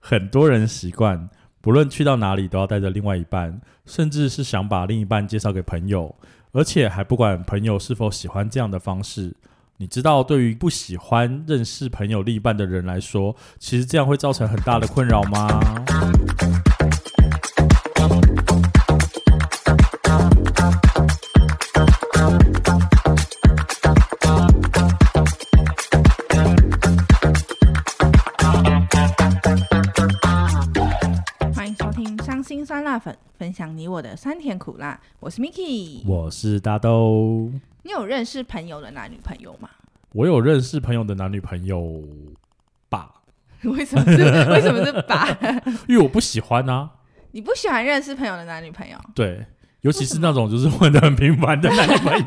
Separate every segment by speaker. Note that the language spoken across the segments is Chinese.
Speaker 1: 很多人习惯，不论去到哪里都要带着另外一半，甚至是想把另一半介绍给朋友，而且还不管朋友是否喜欢这样的方式。你知道，对于不喜欢认识朋友另一半的人来说，其实这样会造成很大的困扰吗？
Speaker 2: 欢迎收听《伤心酸辣粉》，分享你我的酸甜苦辣。我是 Miki。
Speaker 1: 我是大豆，
Speaker 2: 你有认识朋友的男女朋友吗？
Speaker 1: 我有认识朋友的男女朋友吧，
Speaker 2: 为什么是 为什么是爸？
Speaker 1: 因为我不喜欢啊。
Speaker 2: 你不喜欢认识朋友的男女朋友，超
Speaker 1: 对，尤其是那种就是混得很频繁的男女朋友，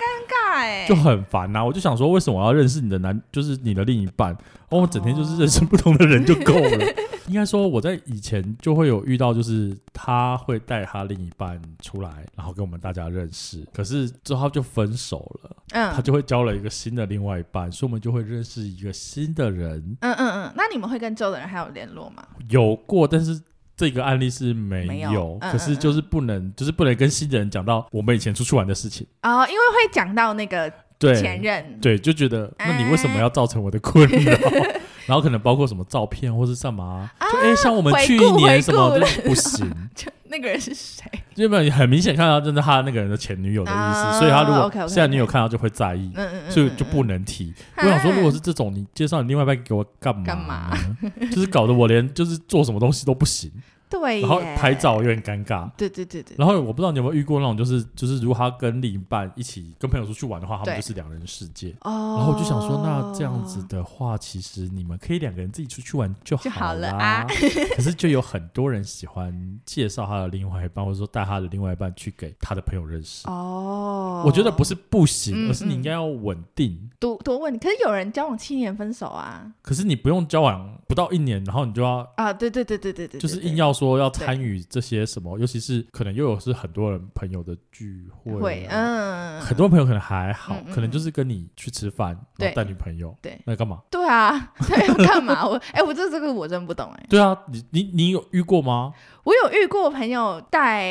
Speaker 2: 尴尬哎、
Speaker 1: 就很烦啊呐、我就想说，为什么我要认识你的男，就是你的另一半？哦，我整天就是认识不同的人就够 了。应该说，我在以前就会有遇到，就是他会带他另一半出来，然后跟我们大家认识。可是之后他就分手了，他
Speaker 2: 嗯
Speaker 1: 就会交了一个新的另外一半，所以我们就会认识一个新的人。
Speaker 2: 嗯嗯嗯，那你们会跟周的人还有联络吗？
Speaker 1: 有过，但是这个案例是没有，
Speaker 2: 没有嗯
Speaker 1: 可是就是不能，就是不能跟新的人讲到我们以前出去玩的事情。
Speaker 2: 哦，因为会讲到那个
Speaker 1: 对，
Speaker 2: 前任，
Speaker 1: 对，就觉得那你为什么要造成我的困扰？
Speaker 2: 啊
Speaker 1: 然后可能包括什么照片或是干嘛，就哎、诶像我们
Speaker 2: 回
Speaker 1: 去
Speaker 2: 顾
Speaker 1: 年什么
Speaker 2: 啊
Speaker 1: 就
Speaker 2: 回顾了
Speaker 1: 是不行，
Speaker 2: 就那个人是谁？
Speaker 1: 因为很明显看到真的他那个人的前女友的意思，
Speaker 2: 啊
Speaker 1: 所以他如果
Speaker 2: OK，OK，OK
Speaker 1: 现在女友看到就会在意
Speaker 2: 嗯，嗯嗯，
Speaker 1: 所以
Speaker 2: 嗯
Speaker 1: 就不能提。
Speaker 2: 嗯
Speaker 1: 我想说，如果是这种，你介绍你另外一半给我干嘛？
Speaker 2: 干嘛？
Speaker 1: 就是搞得我连就是做什么东西都不行，
Speaker 2: 对耶，
Speaker 1: 然后拍照有点尴尬。
Speaker 2: 对，对对对对，
Speaker 1: 然后我不知道你有没有遇过那种，就是就是如果他跟另一半一起跟朋友出去玩的话，他们
Speaker 2: 对
Speaker 1: 就是两人世界。
Speaker 2: 哦，
Speaker 1: 然后我就想说，那这样子的话，其实你们可以两个人自己出去玩就
Speaker 2: 就好
Speaker 1: 了
Speaker 2: 了啊
Speaker 1: 可是就有很多人喜欢介绍他的另外一半，或者说带他的另外一半去给他的朋友认识。
Speaker 2: 哦，
Speaker 1: 我觉得不是不行，
Speaker 2: 嗯
Speaker 1: 而是你
Speaker 2: 嗯
Speaker 1: 应该要稳定。
Speaker 2: 多多问，可是有人交往七年分手啊
Speaker 1: 可是你不用交往不到一年，然后你就要。
Speaker 2: 啊，对对对对对对，
Speaker 1: 就是
Speaker 2: 对
Speaker 1: 硬要说要参与这些什么，尤其是可能又有是很多人朋友的聚会啊，啊
Speaker 2: 会，嗯，
Speaker 1: 很多朋友可能还好，
Speaker 2: 嗯嗯
Speaker 1: 可能
Speaker 2: 嗯
Speaker 1: 就是跟你去吃饭，然后
Speaker 2: 对
Speaker 1: 带女朋友，
Speaker 2: 对
Speaker 1: 那干嘛？
Speaker 2: 对啊， 对，要干嘛？我哎，我这这个我真不懂哎，
Speaker 1: 对啊，你你你有遇过吗？
Speaker 2: 我有遇过朋友带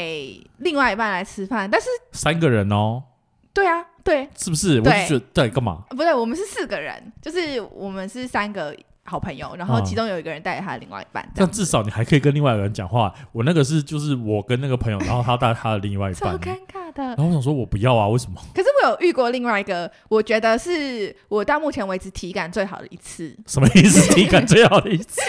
Speaker 2: 另外一半来吃饭，但是
Speaker 1: 三个人哦，
Speaker 2: 对啊，对，
Speaker 1: 是不是？我就
Speaker 2: 对
Speaker 1: 觉得在干嘛？
Speaker 2: 不对，我们是四个人，就是我们是三个好朋友，然后
Speaker 1: 嗯
Speaker 2: 其中有一个人带他的另外一半，这
Speaker 1: 但
Speaker 2: 样
Speaker 1: 至少你还可以跟另外一个人讲话。我那个是就是我跟那个 朋友，然后他带他的另外一
Speaker 2: 超
Speaker 1: 半，
Speaker 2: 尴尬的
Speaker 1: 然。后我想说我不要啊，为什么？
Speaker 2: 可是我有遇过另外一个，我觉得是我到目前为止体感最好的一次，
Speaker 1: 什么意思？体感最好的一 次，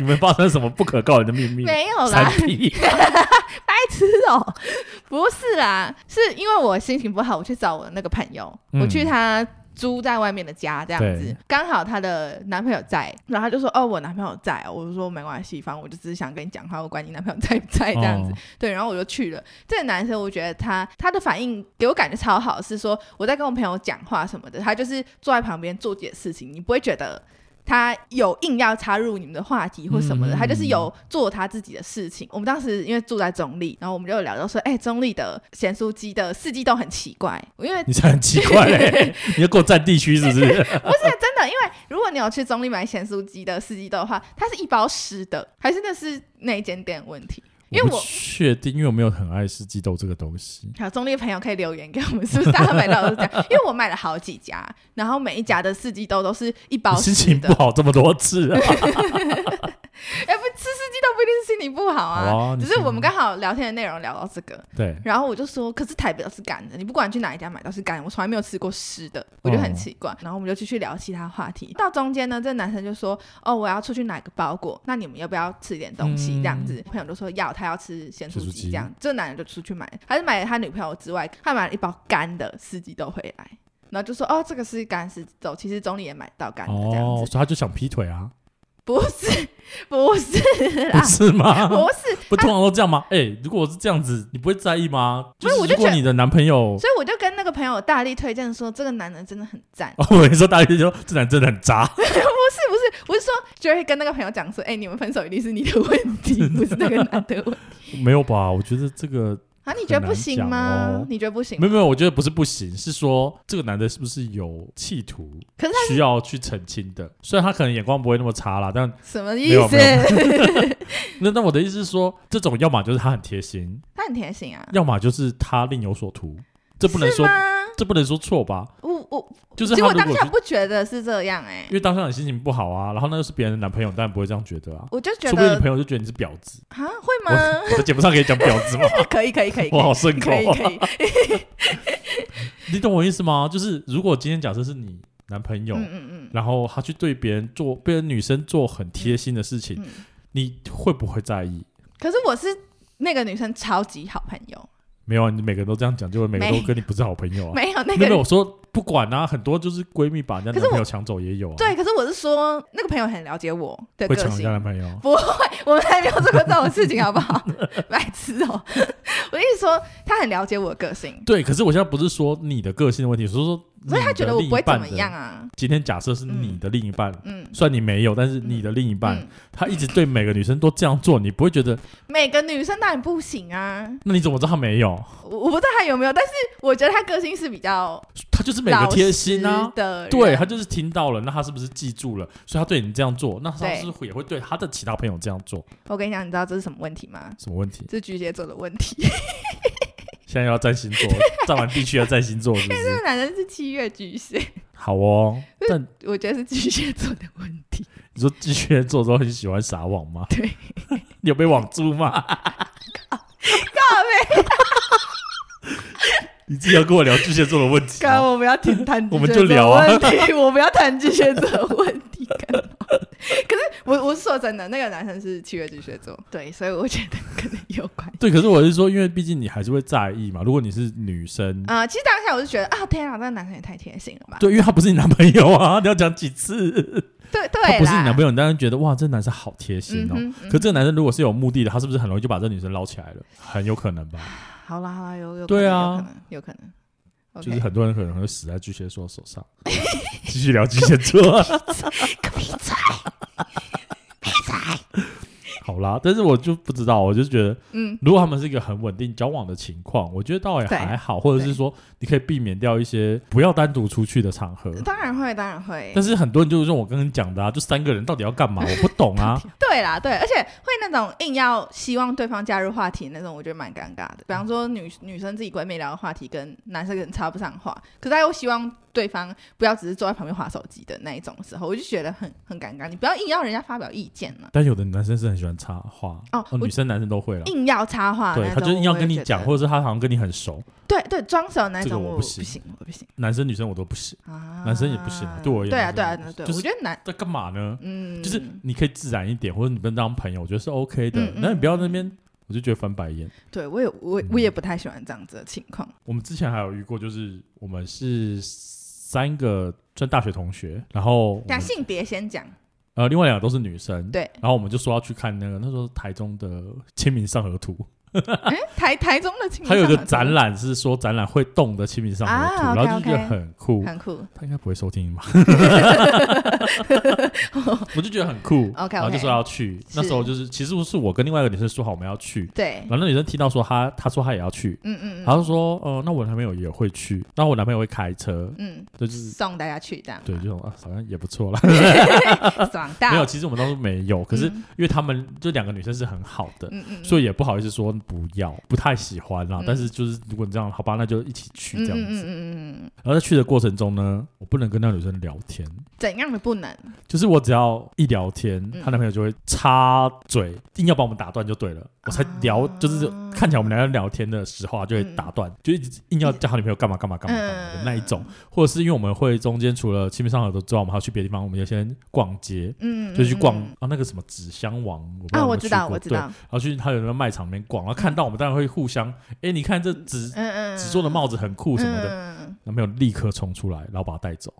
Speaker 1: 你们发生什么不可告人的秘密？
Speaker 2: 没有
Speaker 1: 三
Speaker 2: 啦，
Speaker 1: P，
Speaker 2: 白痴哦、 不是啦，是因为我心情不好，我去找我那个朋友，
Speaker 1: 嗯
Speaker 2: 我去他。租在外面的家这样子
Speaker 1: 对，
Speaker 2: 刚好她的男朋友在，然后她就说：“哦，我男朋友在哦。”我就说：“没关系，反正我就只是想跟你讲话，我管你男朋友在不在这样子。
Speaker 1: 哦
Speaker 2: 对，然后我就去了。这个男生，我觉得他他的反应给我感觉超好，是说我在跟我朋友讲话什么的，他就是坐在旁边做自己的事情，你不会觉得他有硬要插入你们的话题或什么的，
Speaker 1: 嗯
Speaker 2: 他就是有做他自己的事情。我们当时因为住在中立，然后我们就有聊到说，哎、中立的咸酥鸡的四季豆很奇怪，因为
Speaker 1: 你才很奇怪嘞、 你要给我占地区是不是？
Speaker 2: 不是真的，因为如果你有去中立买咸酥鸡的四季豆的话，它是一包湿的，还是那是那一间店的问题？因为
Speaker 1: 我不
Speaker 2: 我
Speaker 1: 确定，因为我没有很爱吃鸡豆这个东西。
Speaker 2: 好，中立的朋友可以留言给我们，是不是大家买到都是这样？因为我买了好几家，然后每一家的四季豆都是一包
Speaker 1: 你心
Speaker 2: 湿
Speaker 1: 情
Speaker 2: 的
Speaker 1: 不。好这么多次啊！
Speaker 2: 哎、不吃四季豆不一定是心情不好啊，
Speaker 1: 哦你
Speaker 2: 只是我们刚好聊天的内容聊到这个，
Speaker 1: 对，
Speaker 2: 然后我就说，可是台北都是干的，你不管去哪一家买都是干的，我从来没有吃过湿的，我就很奇怪。然后我们就继续聊其他话题，到中间呢，这男生就说，哦，我要出去买个包裹，那你们要不要吃一点东西？
Speaker 1: 嗯
Speaker 2: 这样子，朋友就说要，他要吃咸
Speaker 1: 咸
Speaker 2: 酥
Speaker 1: 酥鸡
Speaker 2: 鸡，这样，这男人就出去买，还是买了他女朋友之外，他买了一包干的四季豆回来。然后就说哦，这个是干四季豆，其实中立也买到干的这样
Speaker 1: 哦，所
Speaker 2: 子，
Speaker 1: 以他就想劈腿啊，
Speaker 2: 不是不是啦
Speaker 1: 不，是吗？
Speaker 2: 不是，
Speaker 1: 不通常都这样吗？哎、如果我是这样子，你不会在意吗？
Speaker 2: 不
Speaker 1: 就是是
Speaker 2: 我就
Speaker 1: 如果
Speaker 2: 觉得
Speaker 1: 你的男朋友，。
Speaker 2: 所以我就跟那个朋友大力推荐说，这个男人真的很赞
Speaker 1: 哦，我跟你说，大家就说这男真的很渣，
Speaker 2: 不是不是，我是说，就会跟那个朋友讲说，哎、你们分手一定是你的问题，不是那个男的问题。
Speaker 1: 没有吧？我觉得这个
Speaker 2: 啊，你觉得不行吗？
Speaker 1: 很 难讲哦
Speaker 2: 你觉得不行
Speaker 1: 没
Speaker 2: 吗？
Speaker 1: 有没有，我觉得不是不行，是说这个男的是不是有企图
Speaker 2: 可是他
Speaker 1: 需要去澄清的？虽然他可能眼光不会那么差啦，但
Speaker 2: 什么意
Speaker 1: 没有没
Speaker 2: 思？
Speaker 1: 那那我的意思是说，这种要么就是他很贴心，
Speaker 2: 他很甜心啊，
Speaker 1: 要么就是他另有所图，这不能
Speaker 2: 是
Speaker 1: 说
Speaker 2: 吗？
Speaker 1: 这不能说错吧？
Speaker 2: 我我
Speaker 1: 就是
Speaker 2: 其实
Speaker 1: 他
Speaker 2: 我
Speaker 1: 如
Speaker 2: 当
Speaker 1: 果
Speaker 2: 下
Speaker 1: 去
Speaker 2: 不觉得是这样哎、
Speaker 1: 因为当下你心情不好啊，然后那又是别人的男朋友，当然不会这样觉得啊。
Speaker 2: 我就
Speaker 1: 说
Speaker 2: 觉
Speaker 1: 不定你
Speaker 2: 得
Speaker 1: 朋友就觉得你是婊子，
Speaker 2: 啊，会吗？
Speaker 1: 我在节目上可以讲婊子吗？
Speaker 2: 可以可以可以，
Speaker 1: 我好顺口哦
Speaker 2: 可以可以，
Speaker 1: 你懂我意思吗？就是如果今天假设是你男朋友，
Speaker 2: 嗯嗯嗯
Speaker 1: 然后他去对别人做别人女生做很贴心的事情，
Speaker 2: 嗯。
Speaker 1: 你会不会在意？
Speaker 2: 可是我是那个女生超级好朋友，
Speaker 1: 没有啊，你每个人都这样讲，就会每个
Speaker 2: 没
Speaker 1: 都跟你不是好朋友啊。
Speaker 2: 没有那
Speaker 1: 没有，
Speaker 2: 个
Speaker 1: 我说不管啊，很多就是闺蜜把人家
Speaker 2: 可是
Speaker 1: 男朋
Speaker 2: 我
Speaker 1: 友抢走也有啊，
Speaker 2: 对，可是我是说那个朋友很了解我的
Speaker 1: 会
Speaker 2: 个
Speaker 1: 抢人
Speaker 2: 性
Speaker 1: 家，男朋友。
Speaker 2: 我们还没有做过这种事情，好不好？ 白痴哦！我一直说他很了解我的个性，
Speaker 1: 对，可是我现在不是说你的个性的问题，我是说
Speaker 2: 所以他
Speaker 1: 你
Speaker 2: 觉
Speaker 1: 的
Speaker 2: 得我
Speaker 1: 另
Speaker 2: 不会
Speaker 1: 一半
Speaker 2: 怎么
Speaker 1: 的
Speaker 2: 样啊。
Speaker 1: 今天假设是你的另一半，
Speaker 2: 嗯，
Speaker 1: 虽然你没有，但是你的另一半、
Speaker 2: 嗯
Speaker 1: 他一直对每个女生都这样做，你不会觉得
Speaker 2: 每个女生当然不行啊，
Speaker 1: 那你怎么知道他没有？
Speaker 2: 我我不知道他有没有，但是我觉得他个性是比较
Speaker 1: 他就是每个贴心
Speaker 2: 老
Speaker 1: 啊
Speaker 2: 实，的人，
Speaker 1: 对他就是听到了，那他是不是记住了？所以他对你这样做，那他
Speaker 2: 对
Speaker 1: 是不是也会对他的其他朋友这样做？
Speaker 2: 我跟你讲，你知道这是什么问题吗？
Speaker 1: 什么问题？
Speaker 2: 这是巨蟹座的问题。
Speaker 1: 现在又要占星座，占完地区要占星座，是不
Speaker 2: 这
Speaker 1: 是？
Speaker 2: 个男生是七月巨蟹，
Speaker 1: 好哦，但
Speaker 2: 我觉得是巨蟹座的问题。
Speaker 1: 你说巨蟹座都很喜欢撒网吗？
Speaker 2: 对，
Speaker 1: 你有被网住吗？
Speaker 2: 靠
Speaker 1: 你自己要跟我聊巨蟹座的问题
Speaker 2: 背，
Speaker 1: 吗？
Speaker 2: 我们要谈谈
Speaker 1: 我们就聊啊
Speaker 2: 问题， 我们要谈巨蟹座的问题干嘛。可是我我是说真的，那个男生是七月巨蟹座，对，所以我觉得可能有 关系。
Speaker 1: 对，可是我是说，因为毕竟你还是会在意嘛。如果你是女生，
Speaker 2: 啊、其实当下我就觉得啊，天啊，那个男生也太贴心了吧？
Speaker 1: 对，因为他不是你男朋友啊， 你要讲几次？
Speaker 2: 对对
Speaker 1: 他
Speaker 2: 啦，
Speaker 1: 不是你男朋友，你当然觉得哇，这男生好贴心哦。
Speaker 2: 嗯哼嗯
Speaker 1: 可这个男生如果是有目的的，他是不是很容易就把这女生捞起来了？很有可能吧，
Speaker 2: 好啦好啦，有有
Speaker 1: 对
Speaker 2: 可
Speaker 1: 啊
Speaker 2: 能有可能有可能，
Speaker 1: 就是
Speaker 2: OK
Speaker 1: 很多人可能会死在巨蟹座手上。 继续聊巨蟹座，
Speaker 2: 闭嘴，
Speaker 1: 好啦，但是我就不知道，我就觉得
Speaker 2: 嗯，
Speaker 1: 如果他们是一个很稳定交往的情况，我觉得倒也
Speaker 2: 对
Speaker 1: 还好，或者是
Speaker 2: 对
Speaker 1: 说你可以避免掉一些不要单独出去的场合。
Speaker 2: 当然会，当然会，
Speaker 1: 但是很多人就是我刚刚讲的啊，就三个人到底要干 嘛？我不懂啊。
Speaker 2: 对啦，对，而且会那种硬要希望对方加入话题那种，我觉得蛮尴尬的。比方说女女生自己闺蜜聊的话题跟男生可能插不上话，可是她又希望对方不要只是坐在旁边划手机的那一种时候，我就觉得很很尴尬。你不要硬要人家发表意见啊呢、
Speaker 1: 但有的男生是很喜欢插话，
Speaker 2: 哦我
Speaker 1: 女生男生都会啦。
Speaker 2: 硬要插话那
Speaker 1: 对
Speaker 2: 种，
Speaker 1: 他就是硬要跟你讲，
Speaker 2: 我
Speaker 1: 或
Speaker 2: 会觉
Speaker 1: 者是他好像跟你很熟，
Speaker 2: 得对对，装熟那
Speaker 1: 这个
Speaker 2: 种
Speaker 1: 我
Speaker 2: 我
Speaker 1: 不行
Speaker 2: 行，我不行
Speaker 1: 男生女生我都不行。
Speaker 2: 啊，
Speaker 1: 男生也不行啊对我而言
Speaker 2: 对啊，对啊，
Speaker 1: 男
Speaker 2: 对
Speaker 1: 生
Speaker 2: 啊
Speaker 1: 也不行
Speaker 2: 对啊，
Speaker 1: 就是
Speaker 2: 我觉得男
Speaker 1: 在干嘛呢？
Speaker 2: 嗯，
Speaker 1: 就是你可以自然一点，或者你跟当朋友，我觉得是 OK 的
Speaker 2: 嗯。嗯
Speaker 1: 那、你不要那边，我就觉得翻白眼。
Speaker 2: 对我也我我也不太喜欢这样子的情况，
Speaker 1: 我们之前还有遇过，就是我们是三个算大学同学，然后我
Speaker 2: 讲
Speaker 1: 们
Speaker 2: 性别先讲，
Speaker 1: 呃另外两个都是女生，
Speaker 2: 对
Speaker 1: 然后我们就说要去看那个那时候台中的《清明上河图》，
Speaker 2: 哎，台台中的情侣
Speaker 1: 它有一个
Speaker 2: 上
Speaker 1: 展览是说展览会动的《清明上河图》
Speaker 2: 啊
Speaker 1: 然后就
Speaker 2: OK，OK
Speaker 1: 觉得很酷。
Speaker 2: 很酷，
Speaker 1: 他应该不会收听吧？ 我就觉得很酷
Speaker 2: OK，OK
Speaker 1: 然后就说要去。
Speaker 2: 是
Speaker 1: 那时候就是，其实是我跟另外一个女生说好我们要去，
Speaker 2: 对
Speaker 1: 然，后那女生听到说她，她说她也要去，
Speaker 2: 嗯嗯
Speaker 1: 然
Speaker 2: 嗯
Speaker 1: 后她说，呃，那我男朋友也会去，那我男朋友会开车，
Speaker 2: 嗯，
Speaker 1: 就是
Speaker 2: 送大家去这样吗，
Speaker 1: 对，就啊，好像也不错啦。
Speaker 2: 爽到
Speaker 1: 没有，其实我们当初没有，可是因
Speaker 2: 嗯
Speaker 1: 为他们就两个女生是很好的，
Speaker 2: 嗯嗯，
Speaker 1: 所
Speaker 2: 以
Speaker 1: 以也不好意思说不要，不太喜欢啦
Speaker 2: 嗯。
Speaker 1: 但是就是如果你这样，好吧，那就一起去
Speaker 2: 嗯
Speaker 1: 这样
Speaker 2: 嗯嗯
Speaker 1: 子。
Speaker 2: 嗯嗯嗯，
Speaker 1: 然后在去的过程中呢，我不能跟那女生聊天，
Speaker 2: 怎样的不能？
Speaker 1: 就是我只要一聊天，
Speaker 2: 嗯
Speaker 1: 她男朋友就会插嘴，硬要把我们打断就对了。我才聊，
Speaker 2: 啊嗯
Speaker 1: 就是看起来我们两个人聊天的时候啊，就会打断，就一直硬要叫她女朋友干嘛干嘛干嘛干嘛的那一种，或者是因为我们会中间除了清明上河图之外，我们还要去别的地方，我们就先逛街。
Speaker 2: 嗯，
Speaker 1: 就去逛
Speaker 2: 嗯嗯
Speaker 1: 啊，那个什么纸箱王，我不知道
Speaker 2: 啊，
Speaker 1: 有没
Speaker 2: 我
Speaker 1: 有
Speaker 2: 知
Speaker 1: 去
Speaker 2: 道，
Speaker 1: 过
Speaker 2: 我知
Speaker 1: 对
Speaker 2: 道，
Speaker 1: 然后去他有那个卖场里面逛，然后看到我们当然会互相，哎、你看这纸
Speaker 2: 嗯嗯，
Speaker 1: 纸做的帽
Speaker 2: 子
Speaker 1: 子很酷什么的，
Speaker 2: 的，
Speaker 1: 男朋友立刻冲出来，然后把他带走，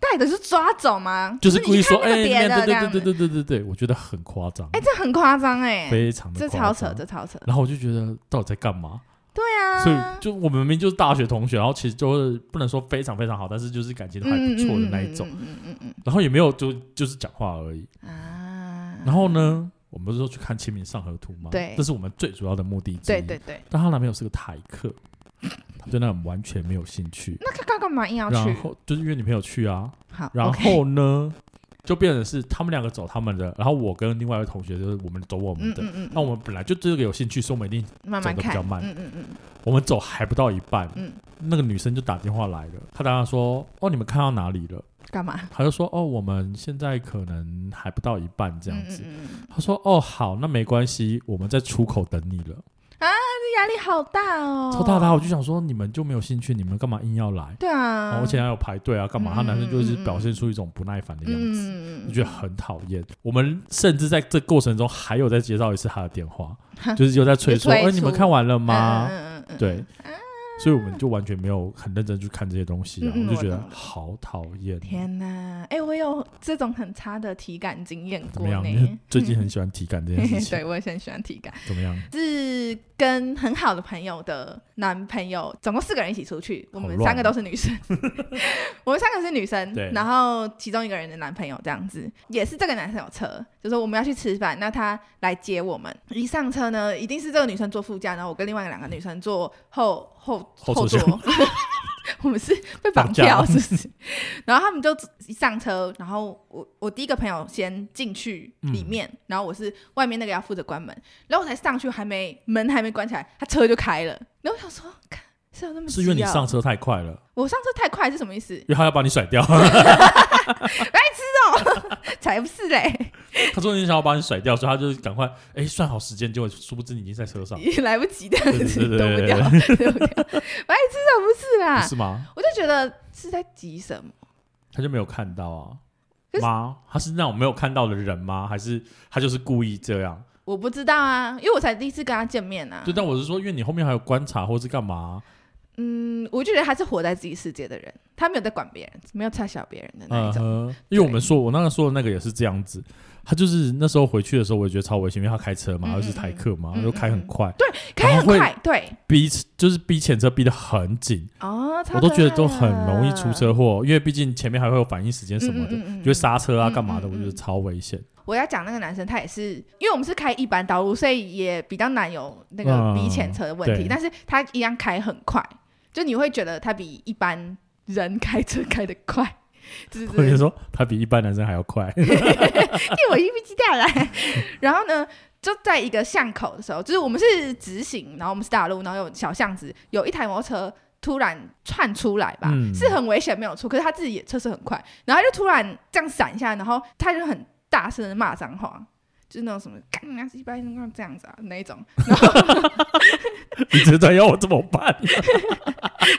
Speaker 2: 带的是抓走吗？
Speaker 1: 就是
Speaker 2: 你
Speaker 1: 故意说，
Speaker 2: 看
Speaker 1: 哎、
Speaker 2: 那个
Speaker 1: 你
Speaker 2: 别
Speaker 1: 看
Speaker 2: 的这
Speaker 1: 对
Speaker 2: 样
Speaker 1: 对对
Speaker 2: 子，
Speaker 1: 对对对对，我觉得很夸张，
Speaker 2: 哎，这很夸张哎，
Speaker 1: 非常的
Speaker 2: 这
Speaker 1: 夸
Speaker 2: 超扯，
Speaker 1: 张。
Speaker 2: 这超扯，
Speaker 1: 然后我就觉得到底在干嘛？
Speaker 2: 对啊，
Speaker 1: 所以就我们明明就是大学同学，然后其实就是不能说非常非常好，但是就是感情都还不错的那一种，
Speaker 2: 嗯嗯嗯嗯嗯嗯
Speaker 1: 然后也没有就就是讲话而已。
Speaker 2: 嗯啊，
Speaker 1: 然后呢，我们不是说去看《清明上河图》吗？
Speaker 2: 对
Speaker 1: 这是我们最主要的目的之一。
Speaker 2: 对对对，
Speaker 1: 但她男朋友是个台客，她对那种完全没有兴趣。
Speaker 2: 那他干干嘛硬要
Speaker 1: 然
Speaker 2: 去？
Speaker 1: 后就是约女朋友去啊，
Speaker 2: 好，
Speaker 1: 然
Speaker 2: OK
Speaker 1: 后呢就变成是他们两个走他们的，然后我跟另外一位同学就是我们走我们
Speaker 2: 嗯
Speaker 1: 的。
Speaker 2: 嗯嗯
Speaker 1: 那我们本来就对这个有兴趣，所以我们一定
Speaker 2: 嗯，慢慢
Speaker 1: 走得比
Speaker 2: 看，
Speaker 1: 较慢
Speaker 2: 嗯嗯嗯
Speaker 1: 我们走还不到一半，
Speaker 2: 嗯，
Speaker 1: 那个女生就打电话来了，她打电话说：“哦，你们看到哪里了
Speaker 2: 干嘛？”？
Speaker 1: 她就说：“哦，我们现在可能还不到一半这样子。
Speaker 2: 嗯嗯嗯嗯，
Speaker 1: 她说：“哦，好，那没关系，我们在出口等你了。
Speaker 2: 这压力好大哦，
Speaker 1: 超大大，啊我就想说你们就没有兴趣，你们干嘛硬要来？
Speaker 2: 对
Speaker 1: 然
Speaker 2: 啊，
Speaker 1: 后而且还有排队啊，干嘛？
Speaker 2: 嗯
Speaker 1: 她男生就一直
Speaker 2: 嗯嗯
Speaker 1: 表现出一种不耐烦的样子，
Speaker 2: 嗯
Speaker 1: 我就觉得很讨厌。我们甚至在这过程中还有在接到一次她的电话，就是又在催说：“
Speaker 2: 就催
Speaker 1: 哎，你们
Speaker 2: 促
Speaker 1: 看完了吗？”
Speaker 2: 嗯嗯嗯，
Speaker 1: 对，所以我们就完全没有很认真去看这些东西啊，
Speaker 2: 嗯嗯
Speaker 1: 我就觉得
Speaker 2: 我懂
Speaker 1: 好讨厌。
Speaker 2: 天哪，哎、我有这种很差的体感经验
Speaker 1: 怎
Speaker 2: 过
Speaker 1: 么样？你
Speaker 2: 呢。
Speaker 1: 最近很喜欢体感这件 事情，
Speaker 2: 对，我也是很喜欢体感，
Speaker 1: 怎么样？
Speaker 2: 是跟很好的朋友的男朋友，总共四个人一起出去，我
Speaker 1: 好
Speaker 2: 们
Speaker 1: 乱
Speaker 2: 三个都是 女生，我们三个是女生
Speaker 1: 对，
Speaker 2: 然后其中一个人的男朋友这样子，也是这个男生有车，就说我们要去吃饭，那他来接我们，一上车呢，一定是这个女生坐副驾，然后我跟另外两个女生坐后后
Speaker 1: 后
Speaker 2: 后
Speaker 1: 座
Speaker 2: 座， 我们是被绑
Speaker 1: 绑架
Speaker 2: 票是不是？然后他们就一上车，然后我我第一个朋友先进去里面，
Speaker 1: 嗯
Speaker 2: 然后我是外面那个要负责关门，然后我才上去，还没门还没关起来，他车就开了。然后我想说，看是有那么
Speaker 1: 是因为
Speaker 2: 急
Speaker 1: 你
Speaker 2: 哦
Speaker 1: 上车太快了，
Speaker 2: 我上车太快是什么意思？
Speaker 1: 因为他要把你甩掉。
Speaker 2: 才不是嘞，
Speaker 1: 他说你想要把你甩掉，所以他就赶快哎算好时间，结果殊不知你已经在车上，
Speaker 2: 也来不及这样子，
Speaker 1: 对对对对对
Speaker 2: 躲不掉，躲不掉。白痴哦，不是
Speaker 1: 不
Speaker 2: 啦，
Speaker 1: 是吗？
Speaker 2: 我就觉得是在急什么？
Speaker 1: 他就没有看到啊
Speaker 2: 可。是
Speaker 1: 吗？他是那种没有看到的人吗？还是他就是故意这样？
Speaker 2: 我不知道啊，因为我才第一次跟他见面啊
Speaker 1: 对，。但我是说，因为你后面还有观察或是干嘛？
Speaker 2: 嗯，我就觉得他是活在自己世界的人，他没有在管别人，没有差小别人的那
Speaker 1: 嗯
Speaker 2: 一种。
Speaker 1: 哼，因为我们说，我那个说的那个也是这样子，他就是那时候回去的时候，我也觉得超危险，因为他开车嘛，
Speaker 2: 嗯嗯
Speaker 1: 又是台客嘛，
Speaker 2: 嗯
Speaker 1: 又开很快，
Speaker 2: 开
Speaker 1: 然
Speaker 2: 很
Speaker 1: 后会
Speaker 2: 快，对，
Speaker 1: 逼就是逼前车逼得很紧，
Speaker 2: 哦，超
Speaker 1: 我都
Speaker 2: 可
Speaker 1: 觉得
Speaker 2: 爱
Speaker 1: 都很
Speaker 2: 了
Speaker 1: 容易出车祸，因为毕竟前面还会有反应时间什么的，
Speaker 2: 嗯嗯嗯嗯嗯
Speaker 1: 就会刹车啊干嘛的，
Speaker 2: 嗯嗯嗯
Speaker 1: 我觉得超危险。
Speaker 2: 我要讲那个男生，他也是，因为我们是开一般道路，所以也比较难有那个
Speaker 1: 嗯
Speaker 2: 逼前车的问题。
Speaker 1: 对
Speaker 2: 但是他一样开很快，就你会觉得他比一般人开车开得快，就是
Speaker 1: 或者说他比一般男生还要快，
Speaker 2: 对，我一不鸡蛋来。 然后呢，就在一个巷口的时候，就是我们是直行，然后我们是大路，然后有小巷子，有一台摩托车突然窜出来吧，
Speaker 1: 嗯
Speaker 2: 是很危险没有错，可是他自己也测试很快，然后他就突然这样闪一下，然后他就很大声的骂脏话。就是那种什么干你娘鸡巴这样子啊那一种，然后
Speaker 1: 你觉得要我怎么办？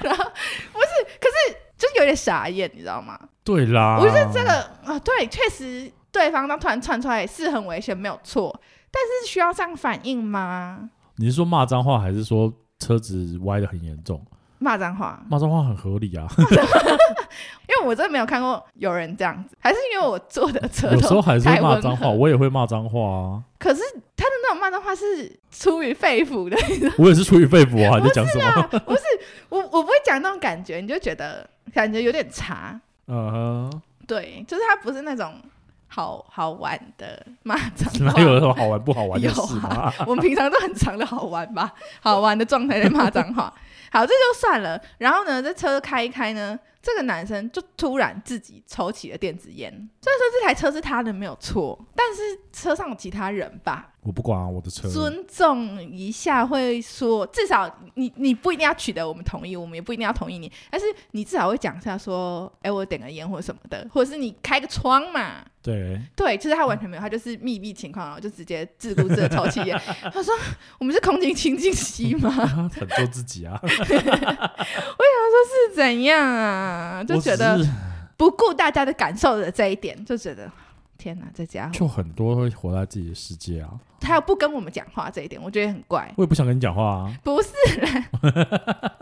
Speaker 2: 然后不是，可是就是有点傻眼，你知道吗？
Speaker 1: 对啦，
Speaker 2: 我觉得这个啊，对，确实对方当突然窜出来是很危险，没有错。但是需要这样反应吗？
Speaker 1: 你是说骂脏话，还是说车子歪的很严重？
Speaker 2: 骂脏话，
Speaker 1: 骂脏话很合理啊，
Speaker 2: 因为我真的没有看过有人这样子，还是因为我坐的车
Speaker 1: 有时候
Speaker 2: 头
Speaker 1: 还是
Speaker 2: 太
Speaker 1: 会骂
Speaker 2: 温
Speaker 1: 脏话，
Speaker 2: 和。
Speaker 1: 我也会骂脏话啊，
Speaker 2: 可是他的那种骂脏话是出于肺腑的，
Speaker 1: 我也是出于肺腑啊，你在讲什么？
Speaker 2: 不是我我不会讲那种感觉，你就觉得感觉有点差。
Speaker 1: 嗯 哼。
Speaker 2: 对，就是他不是那种好好玩的骂脏话
Speaker 1: 哪。有啊什么好玩不好玩的
Speaker 2: 有
Speaker 1: 事嘛？
Speaker 2: 啊我们平常都很长的好玩吧，好玩的状态在骂脏话。好，这就算了。然后呢，这车开一开呢，这个男生就突然自己抽起了电子烟。虽然说这台车是他的没有错，但是车上有其他人吧，
Speaker 1: 我不管啊，我的车。
Speaker 2: 尊重一下会说，至少你你不一定要取得我们同意，我们也不一定要同意你，但是你至少会讲一下说，哎、我点个烟或什么的，或者是你开个窗嘛，
Speaker 1: 对，
Speaker 2: 对，就是他完全没有，他就是密闭情况，然后就直接自顾自的抽 气烟。他说：“我们是空气清净机吗？
Speaker 1: 很做自己啊。
Speaker 2: 是怎样啊？” 就
Speaker 1: 我
Speaker 2: 觉
Speaker 1: 只
Speaker 2: 得
Speaker 1: 是
Speaker 2: 不顾大家的感受的这一点，就觉得天哪，这家伙
Speaker 1: 就很多会活在自己的世界啊，
Speaker 2: 他又不跟我们讲话这一点，我觉得也很怪。
Speaker 1: 我也不想跟你讲话啊。
Speaker 2: 不是啦，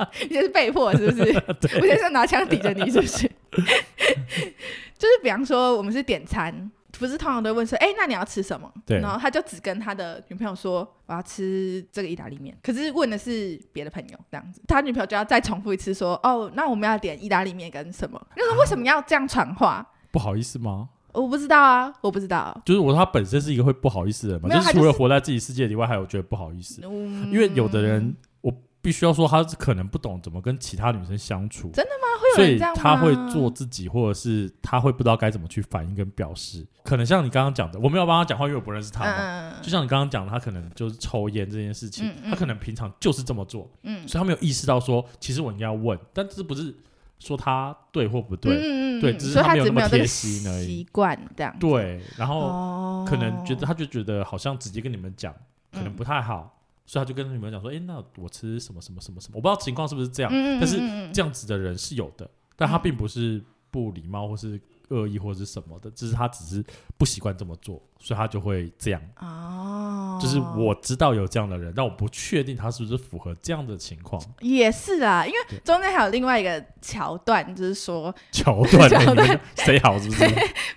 Speaker 2: 你这是被迫是 不是？我现在拿枪抵着你是不是？ 就是比方说，我们是点餐，不是通常都会问说，哎、那你要吃什么？
Speaker 1: 对
Speaker 2: 然后他就只跟他的女朋友说，我要吃这个意大利面。可是问的是别的朋友这样子，他女朋友就要再重复一次说，哦，那我们要点意大利面跟什么？就是为什么要这样传话？
Speaker 1: 不好意思吗？
Speaker 2: 我我不知道啊，我不知道。
Speaker 1: 就是我说他本身是一个会不好意思的人嘛，
Speaker 2: 没有
Speaker 1: 就是
Speaker 2: 他就
Speaker 1: 除了
Speaker 2: 是
Speaker 1: 活在自己世界以外，还有觉得不好意思，
Speaker 2: 嗯
Speaker 1: 因为有的人我必须要说他可能不懂怎么跟其他女生相处，
Speaker 2: 会
Speaker 1: 所
Speaker 2: 有人
Speaker 1: 以
Speaker 2: 这样吗
Speaker 1: 他会做自己，或者是他会不知道该怎么去反应跟表示。可能像你刚刚讲的，我没有帮他讲话，因为我不认识他嘛。
Speaker 2: 嗯
Speaker 1: 就像你刚刚讲的，他可能就是抽烟这件事情，
Speaker 2: 嗯嗯
Speaker 1: 他可能平常就是这么做，
Speaker 2: 嗯
Speaker 1: 所以他没有意识到说，其实我应该要问，但这不是说他对或不对，
Speaker 2: 嗯嗯嗯
Speaker 1: 对
Speaker 2: 嗯
Speaker 1: 只是
Speaker 2: 所以
Speaker 1: 他没有
Speaker 2: 只
Speaker 1: 那么
Speaker 2: 这个
Speaker 1: 贴心而已
Speaker 2: 习惯这样。
Speaker 1: 对，然后
Speaker 2: 哦
Speaker 1: 可能觉得他就觉得好像直接跟你们讲可能不太好，所以他就跟你们讲说，诶，那我吃什么什么什么什么，我不知道情况是不是这样，
Speaker 2: 嗯，嗯嗯
Speaker 1: 但是
Speaker 2: 嗯嗯嗯
Speaker 1: 这样子的人是有的，但他并不是不礼貌或是恶意或是什么的，只是他只是不习惯这么做，所以他就会这样。
Speaker 2: 哦，
Speaker 1: 就是我知道有这样的人，但我不确定他是不是符合这样的情 况。
Speaker 2: 也是啊，因
Speaker 1: 对
Speaker 2: 为中间还有另外一个桥段，就是说
Speaker 1: 桥段，
Speaker 2: 桥段
Speaker 1: 你们 谁好是不是？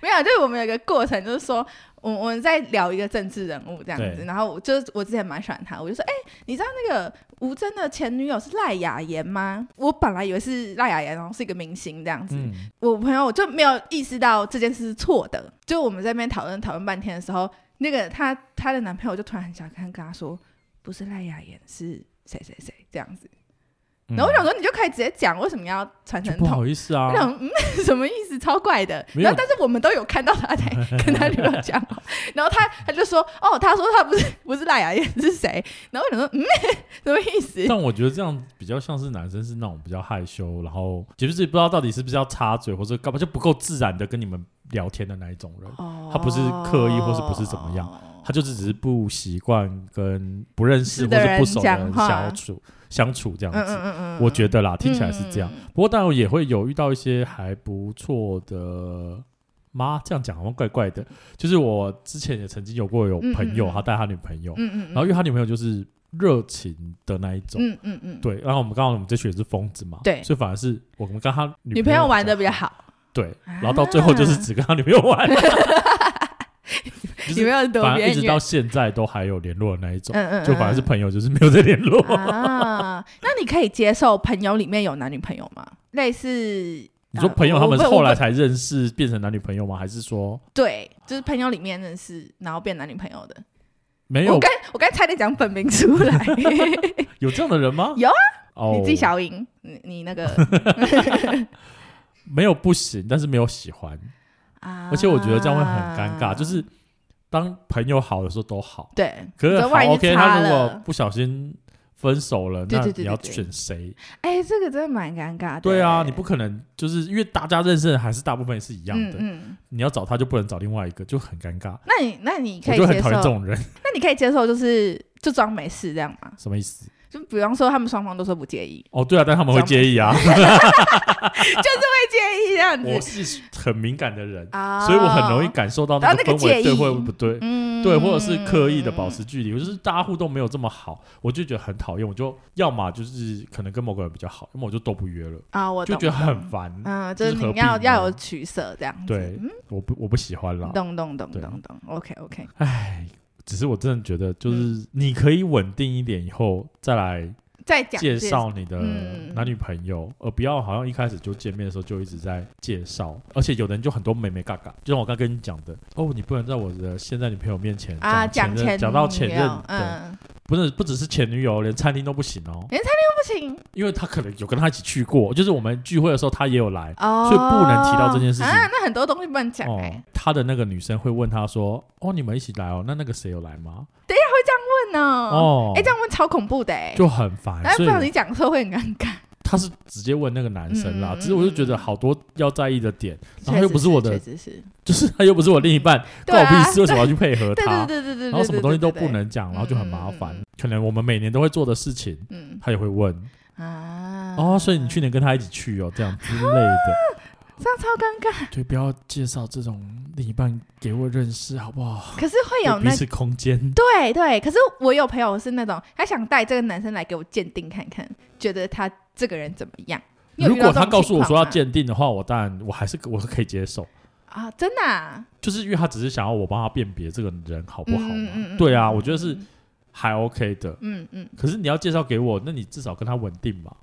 Speaker 2: 没有， 就是我们有一个过程，就是说，我我们在聊一个政治人物这样
Speaker 1: 对
Speaker 2: 子，然后我就是我之前蛮喜欢他，我就说，哎、你知道那个吴尊的前女友是赖雅妍吗？我本来以为是赖雅妍，然后是一个明星这样子，
Speaker 1: 嗯，
Speaker 2: 我朋友就没有意识到这件事是错的，就我们在那边讨论讨论半天的时候，那个她她的男朋友就突然很小声跟她说，不是赖雅妍，是谁谁谁这样子，
Speaker 1: 嗯
Speaker 2: 然后我想说，你就可以直接讲，为什么要传
Speaker 1: 就
Speaker 2: 承
Speaker 1: 不
Speaker 2: 统
Speaker 1: 好意思啊
Speaker 2: 我，想，嗯，什么意思？超怪的。
Speaker 1: 没有
Speaker 2: 然后，但是我们都有看到他在跟他女友讲话，然后他他就说，哦，他说他不是 不是赖雅燕是谁？然后我想说，嗯， 什么意思？
Speaker 1: 但我觉得这样比较像是男生是那种比较害羞，然后其实自己不知道到底是不是要插嘴或者干嘛，就不够自然的跟你们聊天的那一种人。
Speaker 2: 哦
Speaker 1: 他不是刻意或是不是怎么样他就是只是不习惯跟不认识
Speaker 2: 是
Speaker 1: 或
Speaker 2: 的
Speaker 1: 者不熟的
Speaker 2: 人
Speaker 1: 人
Speaker 2: 讲话
Speaker 1: 相处相处这样
Speaker 2: 嗯
Speaker 1: 子。
Speaker 2: 嗯嗯嗯，
Speaker 1: 我觉
Speaker 2: 得
Speaker 1: 得啦，听起来是这样。。
Speaker 2: 嗯
Speaker 1: 不过当然也会有遇到一些还不错的妈，这样讲好像怪怪的。就是我之前也曾经有过有朋友，
Speaker 2: 嗯嗯嗯
Speaker 1: 他带他女朋友，
Speaker 2: 嗯嗯，
Speaker 1: 然后因为他女朋友就是热情的那一种。
Speaker 2: 嗯嗯嗯，
Speaker 1: 对，然后我们刚好我们这群人是疯子嘛，
Speaker 2: 对
Speaker 1: 所以反而是我们跟他
Speaker 2: 女朋
Speaker 1: 朋
Speaker 2: 友玩
Speaker 1: 的
Speaker 2: 的比较好，
Speaker 1: 对，然后到最后就是只跟他女朋友 玩， 就
Speaker 2: 女朋
Speaker 1: 是
Speaker 2: 友躲
Speaker 1: 反
Speaker 2: 别
Speaker 1: 正一
Speaker 2: 人
Speaker 1: 直到现在都还有联络的那一种，
Speaker 2: 嗯嗯，
Speaker 1: 就反而是朋友就是没有在联络，
Speaker 2: 啊，那你可以接受朋友里面有男女朋友吗？类似
Speaker 1: 你说朋友
Speaker 2: 啊
Speaker 1: 他们是
Speaker 2: 我不
Speaker 1: 后来才认识变成男女朋友吗？还是说
Speaker 2: 对，就是朋友里面认识，然后变男女朋友的。
Speaker 1: 没有
Speaker 2: 我刚我刚差点讲本名出来，
Speaker 1: 有这样的人吗？
Speaker 2: 有
Speaker 1: 啊，哦，
Speaker 2: 你自己小赢，你 你那个
Speaker 1: 没有不行，但是没有喜欢，
Speaker 2: 啊
Speaker 1: 而且我觉得这样会很尴尬，就是当朋友好的时候都好，
Speaker 2: 对，
Speaker 1: 可是
Speaker 2: 你
Speaker 1: 好
Speaker 2: 说万一
Speaker 1: OK，
Speaker 2: 差
Speaker 1: 他如果
Speaker 2: 了，
Speaker 1: 不小心分手了，
Speaker 2: 对
Speaker 1: 那
Speaker 2: 对对
Speaker 1: 你要
Speaker 2: 对对
Speaker 1: 选谁？
Speaker 2: 哎，这个真的蛮尴尬的。欸
Speaker 1: 对啊，你不可能就是因为大家认识的还是大部分是一样
Speaker 2: 嗯
Speaker 1: 的，
Speaker 2: 嗯，
Speaker 1: 你要找他就不能找另外一个，就很尴尬。
Speaker 2: 那你那你
Speaker 1: 我
Speaker 2: 可以
Speaker 1: 就很
Speaker 2: 接
Speaker 1: 讨厌这
Speaker 2: 受，
Speaker 1: 种人，
Speaker 2: 那你可以接受就是就装没事这样吗？
Speaker 1: 什么意思？
Speaker 2: 就比方说他们双方都说不介意，
Speaker 1: 哦，对啊，但他们会
Speaker 2: 装
Speaker 1: 介意啊，
Speaker 2: 会介意这样
Speaker 1: 我
Speaker 2: 子
Speaker 1: 是很敏感的人，
Speaker 2: 啊，
Speaker 1: 所以我很容易感受到那
Speaker 2: 啊
Speaker 1: 个
Speaker 2: 那个
Speaker 1: 氛围
Speaker 2: 介
Speaker 1: 对
Speaker 2: 意
Speaker 1: 或不对，
Speaker 2: 嗯
Speaker 1: 对，或者是刻意的保持距离，我就是大家互动没有这么好，我就觉得很讨厌，我就要么就是可能跟某个人比较好，要么我就都不约了，
Speaker 2: 啊，我
Speaker 1: 就
Speaker 2: 懂
Speaker 1: 觉得
Speaker 2: 我懂
Speaker 1: 很烦，
Speaker 2: 嗯，
Speaker 1: 就
Speaker 2: 就是是
Speaker 1: 何
Speaker 2: 你
Speaker 1: 必
Speaker 2: 要
Speaker 1: 呢
Speaker 2: 要有取舍这样子。
Speaker 1: 对
Speaker 2: 嗯，
Speaker 1: 我不我不喜欢啦。
Speaker 2: 懂懂懂
Speaker 1: 对
Speaker 2: 懂懂，OK OK，
Speaker 1: 唉，只是我真的觉得
Speaker 2: 嗯
Speaker 1: 就是你可以稳定一点以后再来
Speaker 2: 再讲
Speaker 1: 介
Speaker 2: 这
Speaker 1: 绍你的
Speaker 2: 嗯
Speaker 1: 男女朋友，而不要好像一开始就见面的时候就一直在介绍，而且有的人就很多美美嘎嘎，就像我刚跟你讲的，哦，你不能在我的现在女朋友面前
Speaker 2: 啊，
Speaker 1: 讲
Speaker 2: 讲
Speaker 1: 前任，讲
Speaker 2: 前
Speaker 1: 到
Speaker 2: 女
Speaker 1: 前任
Speaker 2: 友
Speaker 1: 的。
Speaker 2: 嗯，
Speaker 1: 不是，不只是前女友，连餐厅都不行哦，
Speaker 2: 不行
Speaker 1: 因为他可能有跟他一起去过，就是我们聚会的时候他也有来
Speaker 2: 哦，
Speaker 1: 所以不能提到这件事情
Speaker 2: 啊。那很多东西不能讲
Speaker 1: 哦
Speaker 2: 哎，。
Speaker 1: 他的那个女生会问他说：“哦，你们一起来哦，那那个谁有来吗
Speaker 2: 问？”呢，
Speaker 1: 哦，
Speaker 2: 哎，这样问超恐怖的哎，
Speaker 1: 就很烦，
Speaker 2: 但不
Speaker 1: 所
Speaker 2: 然你
Speaker 1: 以
Speaker 2: 讲错会很尴尬。
Speaker 1: 他是直接问那个男生啦。
Speaker 2: 嗯
Speaker 1: 只是我就觉得好多要在意的点，然后他
Speaker 2: 确
Speaker 1: 啊又
Speaker 2: 实
Speaker 1: 不是我的
Speaker 2: 确，实是，
Speaker 1: 就是他又不是我另一半，
Speaker 2: 对
Speaker 1: 关我
Speaker 2: 啊
Speaker 1: 屁事，为什么要去配合
Speaker 2: 对
Speaker 1: 他
Speaker 2: 对？对对对对，
Speaker 1: 然后什么东西都
Speaker 2: 对
Speaker 1: 不，能讲，然后就很麻
Speaker 2: 嗯
Speaker 1: 烦
Speaker 2: 嗯嗯。
Speaker 1: 可能我们每年都会做的事情，
Speaker 2: 对对对
Speaker 1: 他也会问。
Speaker 2: 嗯啊，
Speaker 1: 哦，所以你去年跟他一起去哦，这样之类 的，
Speaker 2: 这样超尴尬，
Speaker 1: 对，不要介绍这种另一半给我认识，好不好？
Speaker 2: 可是会有
Speaker 1: 有彼
Speaker 2: 那
Speaker 1: 此空间，
Speaker 2: 对对，可是我有朋友是那种，他想带这个男生来给我鉴定看看，觉得他这个人怎么样。你有
Speaker 1: 如
Speaker 2: 遇到
Speaker 1: 果
Speaker 2: 这
Speaker 1: 他
Speaker 2: 种
Speaker 1: 告诉我
Speaker 2: 情
Speaker 1: 说
Speaker 2: 况
Speaker 1: 要
Speaker 2: 吗
Speaker 1: 鉴定的话，我当然我还是我是可以接受，
Speaker 2: 啊，真的、啊、
Speaker 1: 就是因为他只是想要我帮他辨别这个人好不好
Speaker 2: 嗯
Speaker 1: 嘛
Speaker 2: 嗯嗯嗯
Speaker 1: 对啊，我觉得是还 OK 的。
Speaker 2: 嗯嗯
Speaker 1: 可是你要介绍给我，那你至少跟他稳定嘛，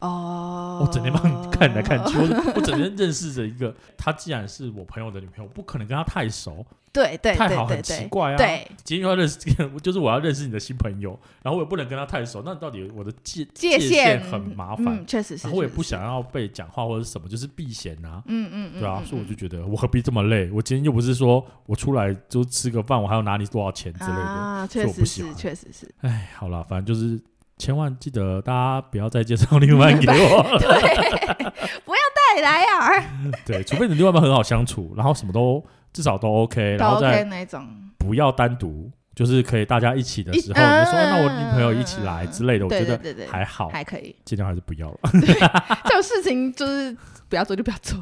Speaker 2: 哦，
Speaker 1: 我整天帮你看来看去，我我整天认识着一个，她既然是我朋友的女朋友，我不可能跟她太熟，
Speaker 2: 对对
Speaker 1: 太
Speaker 2: 对
Speaker 1: 好
Speaker 2: 对
Speaker 1: 很奇
Speaker 2: 对，
Speaker 1: 怪啊。
Speaker 2: 对
Speaker 1: 今天要认识这个人，就是我要认识你的新朋友，然后我也不能跟他太熟，那到底我的界
Speaker 2: 界
Speaker 1: 限
Speaker 2: 限
Speaker 1: 很麻烦，
Speaker 2: 嗯，确实是，
Speaker 1: 然后我也
Speaker 2: 确实
Speaker 1: 不
Speaker 2: 是，
Speaker 1: 想要被讲话或者什么，就是避嫌啊，
Speaker 2: 嗯嗯嗯，
Speaker 1: 对啊，
Speaker 2: 嗯
Speaker 1: 所以我
Speaker 2: 嗯
Speaker 1: 就觉得我何必这么累？我今天又不是说我出来就吃个饭，我还要拿你多少钱之类的。
Speaker 2: 啊，
Speaker 1: 所以
Speaker 2: 确
Speaker 1: 我不
Speaker 2: 实
Speaker 1: 喜
Speaker 2: 是，
Speaker 1: 欢
Speaker 2: 确实是，
Speaker 1: 哎、好啦，反正就是千万记得大家不要再介绍另外一半 给我，
Speaker 2: 对， 不要带来啊，
Speaker 1: 对，除非你的另外一半很好相处，然后什么都至少都 OK，
Speaker 2: 都
Speaker 1: 然后再
Speaker 2: OK 那种，
Speaker 1: 不要单独，就是可以大家一起的
Speaker 2: 一
Speaker 1: 时候，你就说、哎
Speaker 2: 嗯
Speaker 1: 那我女朋友一起来之类的，我
Speaker 2: 对
Speaker 1: 觉
Speaker 2: 对
Speaker 1: 得
Speaker 2: 对对，
Speaker 1: 还好，
Speaker 2: 还可以，
Speaker 1: 尽量还是不要了。
Speaker 2: 这种事情就是不要做就不要做。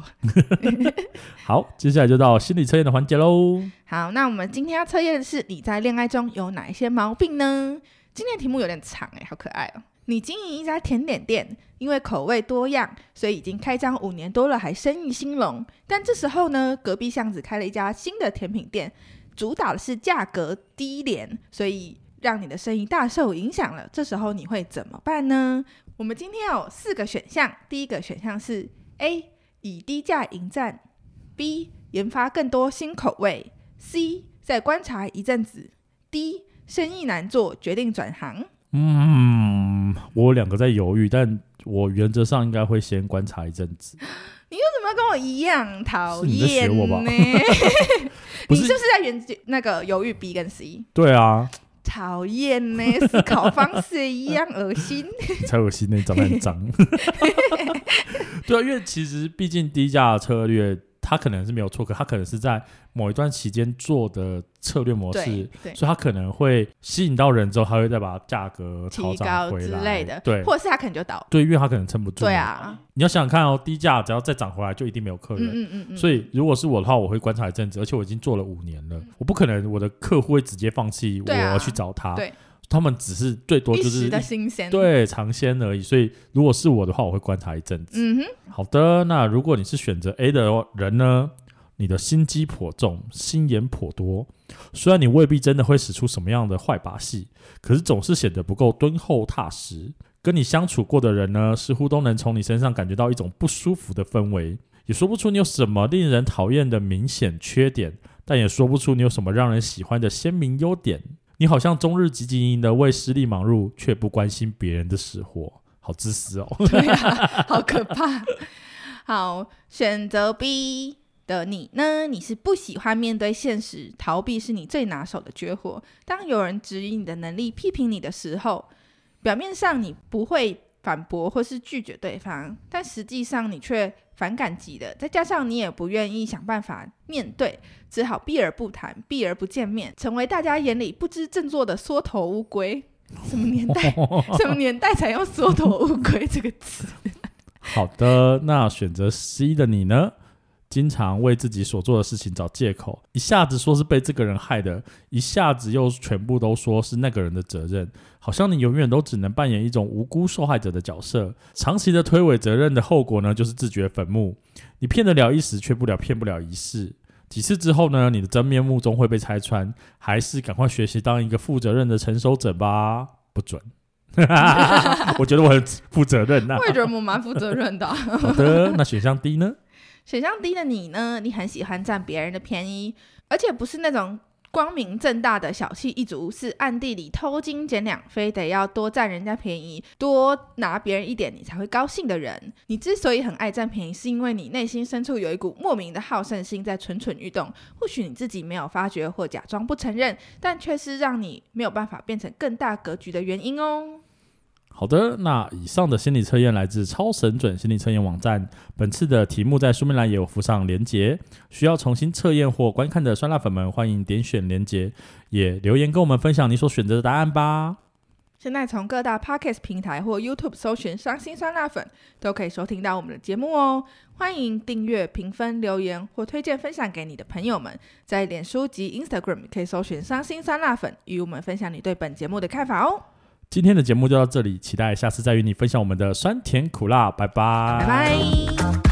Speaker 1: 好，接下来就到心理测验的环节喽。
Speaker 2: 好，那我们今天要测验的是你在恋爱中有哪一些毛病呢？今天的题目有点长哎、好可爱哦、你经营一家甜点店，因为口味多样，所以已经开张五年多了，还生意兴隆。但这时候呢，隔壁巷子开了一家新的甜品店，主打的是价格低廉，所以让你的生意大受影响了。这时候你会怎么办呢？我们今天有四个选项，第一个选项是 A 以低价迎战，B 研发更多新口味 C 再观察一阵子，D 生意难做，决定转行。
Speaker 1: 嗯，我有两个在犹豫，但我原则上应该会先观察一阵子。
Speaker 2: 怎么跟我哦一样讨
Speaker 1: 是你在学
Speaker 2: 厌
Speaker 1: 我吧
Speaker 2: 呢？
Speaker 1: 不
Speaker 2: 你
Speaker 1: 是
Speaker 2: 是不是在原那个犹豫 B 跟 C？
Speaker 1: 对啊，
Speaker 2: 讨厌呢，思考方式一样恶心。
Speaker 1: 你才恶心，那长得很脏。 对啊，因为其实毕竟低价策略，它可能是没有错，可它可能是在某一段期间做的策略模式
Speaker 2: 对。对，
Speaker 1: 所以它可能会吸引到人之后，它会再把价格调
Speaker 2: 提
Speaker 1: 涨
Speaker 2: 高
Speaker 1: 回
Speaker 2: 之
Speaker 1: 来
Speaker 2: 类的，
Speaker 1: 对
Speaker 2: 或者是他可能就倒。
Speaker 1: 对，因为它可能撑不住。
Speaker 2: 对，啊，
Speaker 1: 你要想想看哦，低价只要再涨回来，就一定没有客人
Speaker 2: 嗯。嗯嗯嗯，
Speaker 1: 所以如果是我的话，我会观察一阵子，而且我已经做了五年了，我不可能我的客户会直接放弃我
Speaker 2: 嗯对啊
Speaker 1: 而去找他，
Speaker 2: 对
Speaker 1: 他们只是最多就
Speaker 2: 一
Speaker 1: 是
Speaker 2: 时的
Speaker 1: 一
Speaker 2: 新鲜。，
Speaker 1: 对尝鲜而已。所以如果是我的话，我会观察一阵子。
Speaker 2: 嗯哼，
Speaker 1: 好的，那如果你是选择 A 的人呢？你的心机颇重，心眼颇多。虽然你未必真的会使出什么样的坏把戏，可是总是显得不够敦厚踏实。跟你相处过的人呢，似乎都能从你身上感觉到一种不舒服的氛围，也说不出你有什么令人讨厌的明显缺点，但也说不出你有什么让人喜欢的鲜明优点。你好像终日汲汲营营的为私利忙碌，却不关心别人的死活，好自私哦。
Speaker 2: 对啊，好可怕。好，选择 B 的你呢？你是不喜欢面对现实，逃避是你最拿手的绝活。当有人质疑你的能力、批评你的时候，表面上你不会反驳或是拒绝对方，但实际上你却反感极了。再加上你也不愿意想办法面对，只好避而不谈、避而不见面，成为大家眼里不知振作的缩头乌龟。什么年代？
Speaker 1: 哦
Speaker 2: 什么年代才用“缩头乌龟”这个词？
Speaker 1: 好的，那选择 C 的你呢？经常为自己所做的事情找借口，一下子说是被这个人害的，一下子又全部都说是那个人的责任，好像你永远都只能扮演一种无辜受害者的角色。长期的推诿责任的后果呢，就是自掘坟墓。你骗得了一时，却不了骗不了一世。几次之后呢，你的真面目终会被拆穿，还是赶快学习当一个负责任的成熟者吧。不准， 我觉得我很负责任呐、
Speaker 2: 我也觉得我蛮负责任的 啊、
Speaker 1: 好的，那选项 D 呢？
Speaker 2: 选项 D 的你呢？你很喜欢占别人的便宜，而且不是那种光明正大的小气一族，是暗地里偷斤减两，非得要多占人家便宜，多拿别人一点你才会高兴的人。你之所以很爱占便宜，是因为你内心深处有一股莫名的好胜心在蠢蠢欲动。或许你自己没有发觉或假装不承认，但却是让你没有办法变成更大格局的原因哦。
Speaker 1: 好的，那以上的心理测验来自超神准心理测验网站，本次的题目在说明栏也有附上连结，需要重新测验或观看的酸辣粉们，欢迎点选连结，也留言跟我们分享你所选择的答案吧。
Speaker 2: 现在从各大 podcast 平台或 YouTube 搜寻“伤心酸辣粉”，都可以收听到我们的节目哦。欢迎订阅、评分、留言或推荐分享给你的朋友们。在脸书及 Instagram 可以搜寻“伤心酸辣粉”，与我们分享你对本节目的看法哦。
Speaker 1: 今天的节目就到这里，期待下次再与你分享我们的酸甜苦辣，拜拜，
Speaker 2: 拜拜。